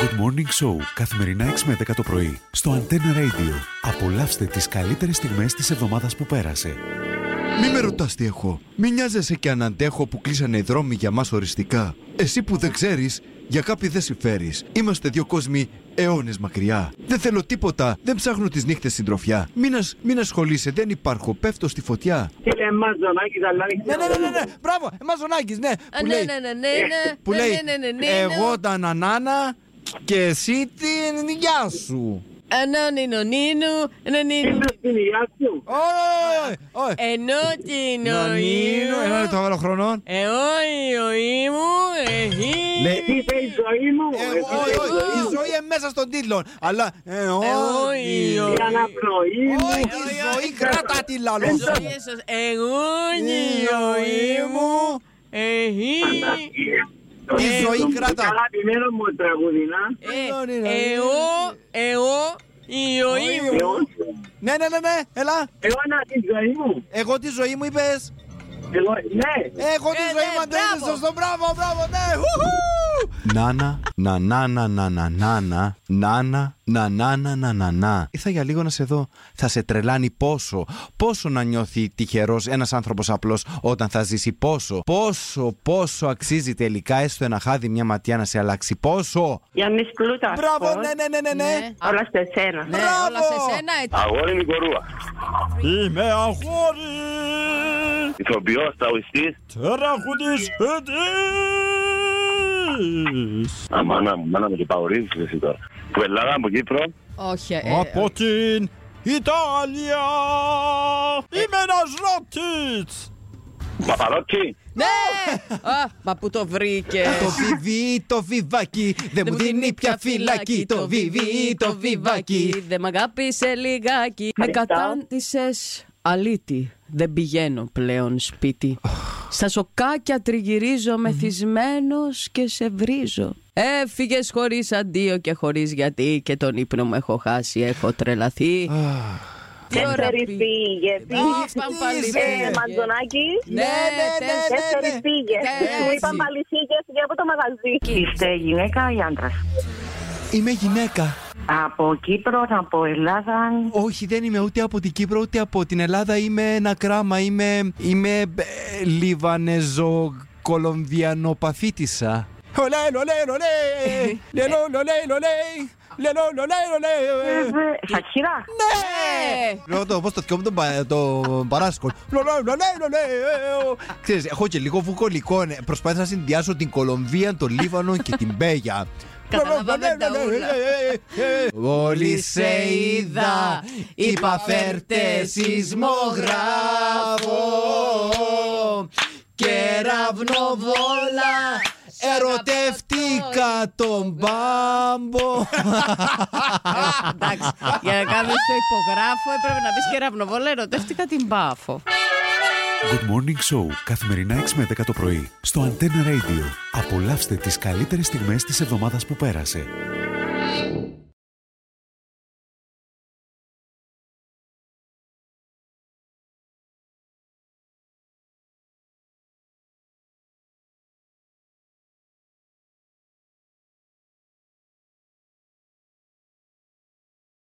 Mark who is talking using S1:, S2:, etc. S1: Good Morning Show, καθημερινά 6 με 10 το πρωί, στο Antenna Radio. Απολαύστε τις καλύτερες στιγμές της εβδομάδας που πέρασε.
S2: Μη με ρωτάς τι έχω. Μη νοιάζεσαι και αν αντέχω που κλείσανε οι δρόμοι για μας οριστικά. Εσύ που δεν ξέρεις, για κάποιοι δεν συμφέρεις. Είμαστε δύο κόσμοι αιώνες μακριά. Δεν θέλω τίποτα. Δεν ψάχνω τις νύχτες συντροφιά. Μην, ασ... μην ασχολείσαι, δεν υπάρχω. Πέφτω στη φωτιά.
S3: Κύριε Μαζονάκης, αλλά
S2: Ναι, ναι, ναι, ναι, ναι. μπράβο, Μαζονάκης, ναι.
S4: Α,
S2: Που
S4: ναι,
S2: λέει, ε,
S4: ναι, ναι, ναι, ναι.
S2: που
S4: ναι,
S2: λέει
S4: ναι, ναι, ναι, ναι.
S2: Εγώ τα νανάνα και εσύ την γεια σου.
S4: Ανώνυνο νίνου, νίνου.
S3: Είμαι στην υγεία σου.
S2: Ωραία, ωραία.
S4: Ενώ την
S2: Νανίνο, ένα λεπτό
S4: οίου.
S2: άλλο χρονών.
S4: Εγώ η ζωή μου, ε, εσύ.
S2: Λέει,
S3: Εσύ είσαι η ζωή μου.
S2: Ε,
S3: Εσύ
S2: όχι,
S3: είσαι η
S2: όχι, Η
S3: ζωή μου.
S2: ζωή είναι μέσα στον τίτλο. Αλλά. ε, Όχι.
S4: όχι,
S3: Η αναπνοή μου.
S2: Όχι, η ζωή κράτα τη λαλό.
S4: Η ζωή σας. Ε, Εγώ η ζωή μου, ε, εσύ.
S2: Η
S3: Ε,
S2: ζωή
S3: το
S2: κράτα.
S3: Αγαπημένο μου τραγουδινά.
S4: Ε,
S2: Νανί, νανί.
S4: Εγώ, εγώ, η ζωή μου.
S3: Εγώ,
S2: Ναι, ναι, ναι, ναι, έλα.
S3: εγώ να τη ζωή μου.
S2: Εγώ τη ζωή μου είπες.
S3: Εγώ, ναι.
S2: Εγώ τη
S4: Ε,
S2: ζωή
S4: ναι,
S2: μου αντέχει.
S4: μπράβο.
S2: Σωστό, μπράβο, μπράβο, ναι. Νάνα, να, να, να, να, να, να, να, νάνα, να, να, να, να, να, να. Ήρθα για λίγο να σε δω. Θα σε τρελάνει πόσο, πόσο να νιώθει τυχερός ένας άνθρωπος απλός όταν θα ζήσει. Πόσο, πόσο, πόσο αξίζει τελικά έστω ένα χάδι μια ματιά να σε αλλάξει. Πόσο.
S5: Γιάννη Πλούτα.
S2: Μπράβο, ναι, ναι, ναι, ναι, ναι.
S5: Όλα σε σένα.
S4: Ναι,
S2: Μπράβο.
S4: όλα σε σένα, έτσι.
S6: Αγόρι μου κορούα.
S7: Είμαι αγόρι,
S6: Ηθοποιός, τραγουδιστή.
S7: τραγουδιστής
S6: Αμάνα μου, μάνα μου και παγορίζει εσύ τώρα. Που Ελλάδα, από Κύπρο.
S4: Όχι, ε,
S7: από την Ιταλία. Είμαι ένας ρόκιτς.
S6: Παπαρόκι.
S4: Ναι! Α, μα που το βρήκες.
S2: Το βιβί, το βιβάκι, δεν Ε, μου δίνει πια φυλακή. Το βιβί, το βιβάκι.
S4: Δεν μ' αγάπησε λιγάκι. Με
S5: Ευχαριστώ.
S4: κατάντησες αλήτη. Δεν πηγαίνω πλέον σπίτι. Στα σοκάκια τριγυρίζω μεθυσμένος και σε βρίζω. Έφυγες χωρίς αντίο και χωρίς γιατί και τον ύπνο μου έχω χάσει, έχω τρελαθεί. Τι ώρα
S5: Δεύτερη
S4: πει-
S5: πήγε.
S4: Α, είπαν πάλι
S2: είσαι.
S4: πήγε.
S5: Ε, Μαντζονάκη.
S4: Ναι, ναι, ναι, ναι.
S5: Δεύτερη πήγε.
S4: Ναι,
S5: Μου
S4: έτσι.
S5: είπαν πάλι πήγε και από το μαγαζί. Είστε γυναίκα ή άντρας.
S2: Είμαι γυναίκα.
S5: Από Κύπρο, από Ελλάδα.
S2: Όχι, δεν είμαι ούτε από την Κύπρο ούτε από την Ελλάδα. Είμαι ένα κράμα. Είμαι. Είμαι. ε, Λιβανεζο. Κολομβιανοπαθήτησα. Ολέ, ολέ, ολέ. Λελό, ολέ, ολέ. Λελό, ολέ, ολέ.
S5: Σακύρα.
S4: Ε,
S2: Λέω το πώς το «Ναι, δικό μου τον, πα- τον παράσκο. Λολέ, λολέ, λολέ, ε, ο. Ξέρεις, έχω και λίγο βουκολικό. ναι. Προσπάθησα να συνδυάσω την Κολομβία, τον Λίβανο και την Μπέγια. «Ναι,
S4: Καταλάβαμε
S2: Λολέ,
S4: τα
S2: λολέ,
S4: ούλα.
S2: ε, ε, ε. Όλοι σε είδα, είπα φέρτε σεισμόγραφο. Κεραυνοβόλα, ερωτεύτηκα τον μπάμπο. Ε!
S4: Εντάξει, για να κάνεις το υπογράφο έπρεπε να πεις κεραυνοβόλα, ερωτεύτηκα την πάφο.
S1: Good Morning Show, καθημερινά 6 με 10 το πρωί, στο Antenna Radio. Απολαύστε τις καλύτερες στιγμές της εβδομάδας που πέρασε.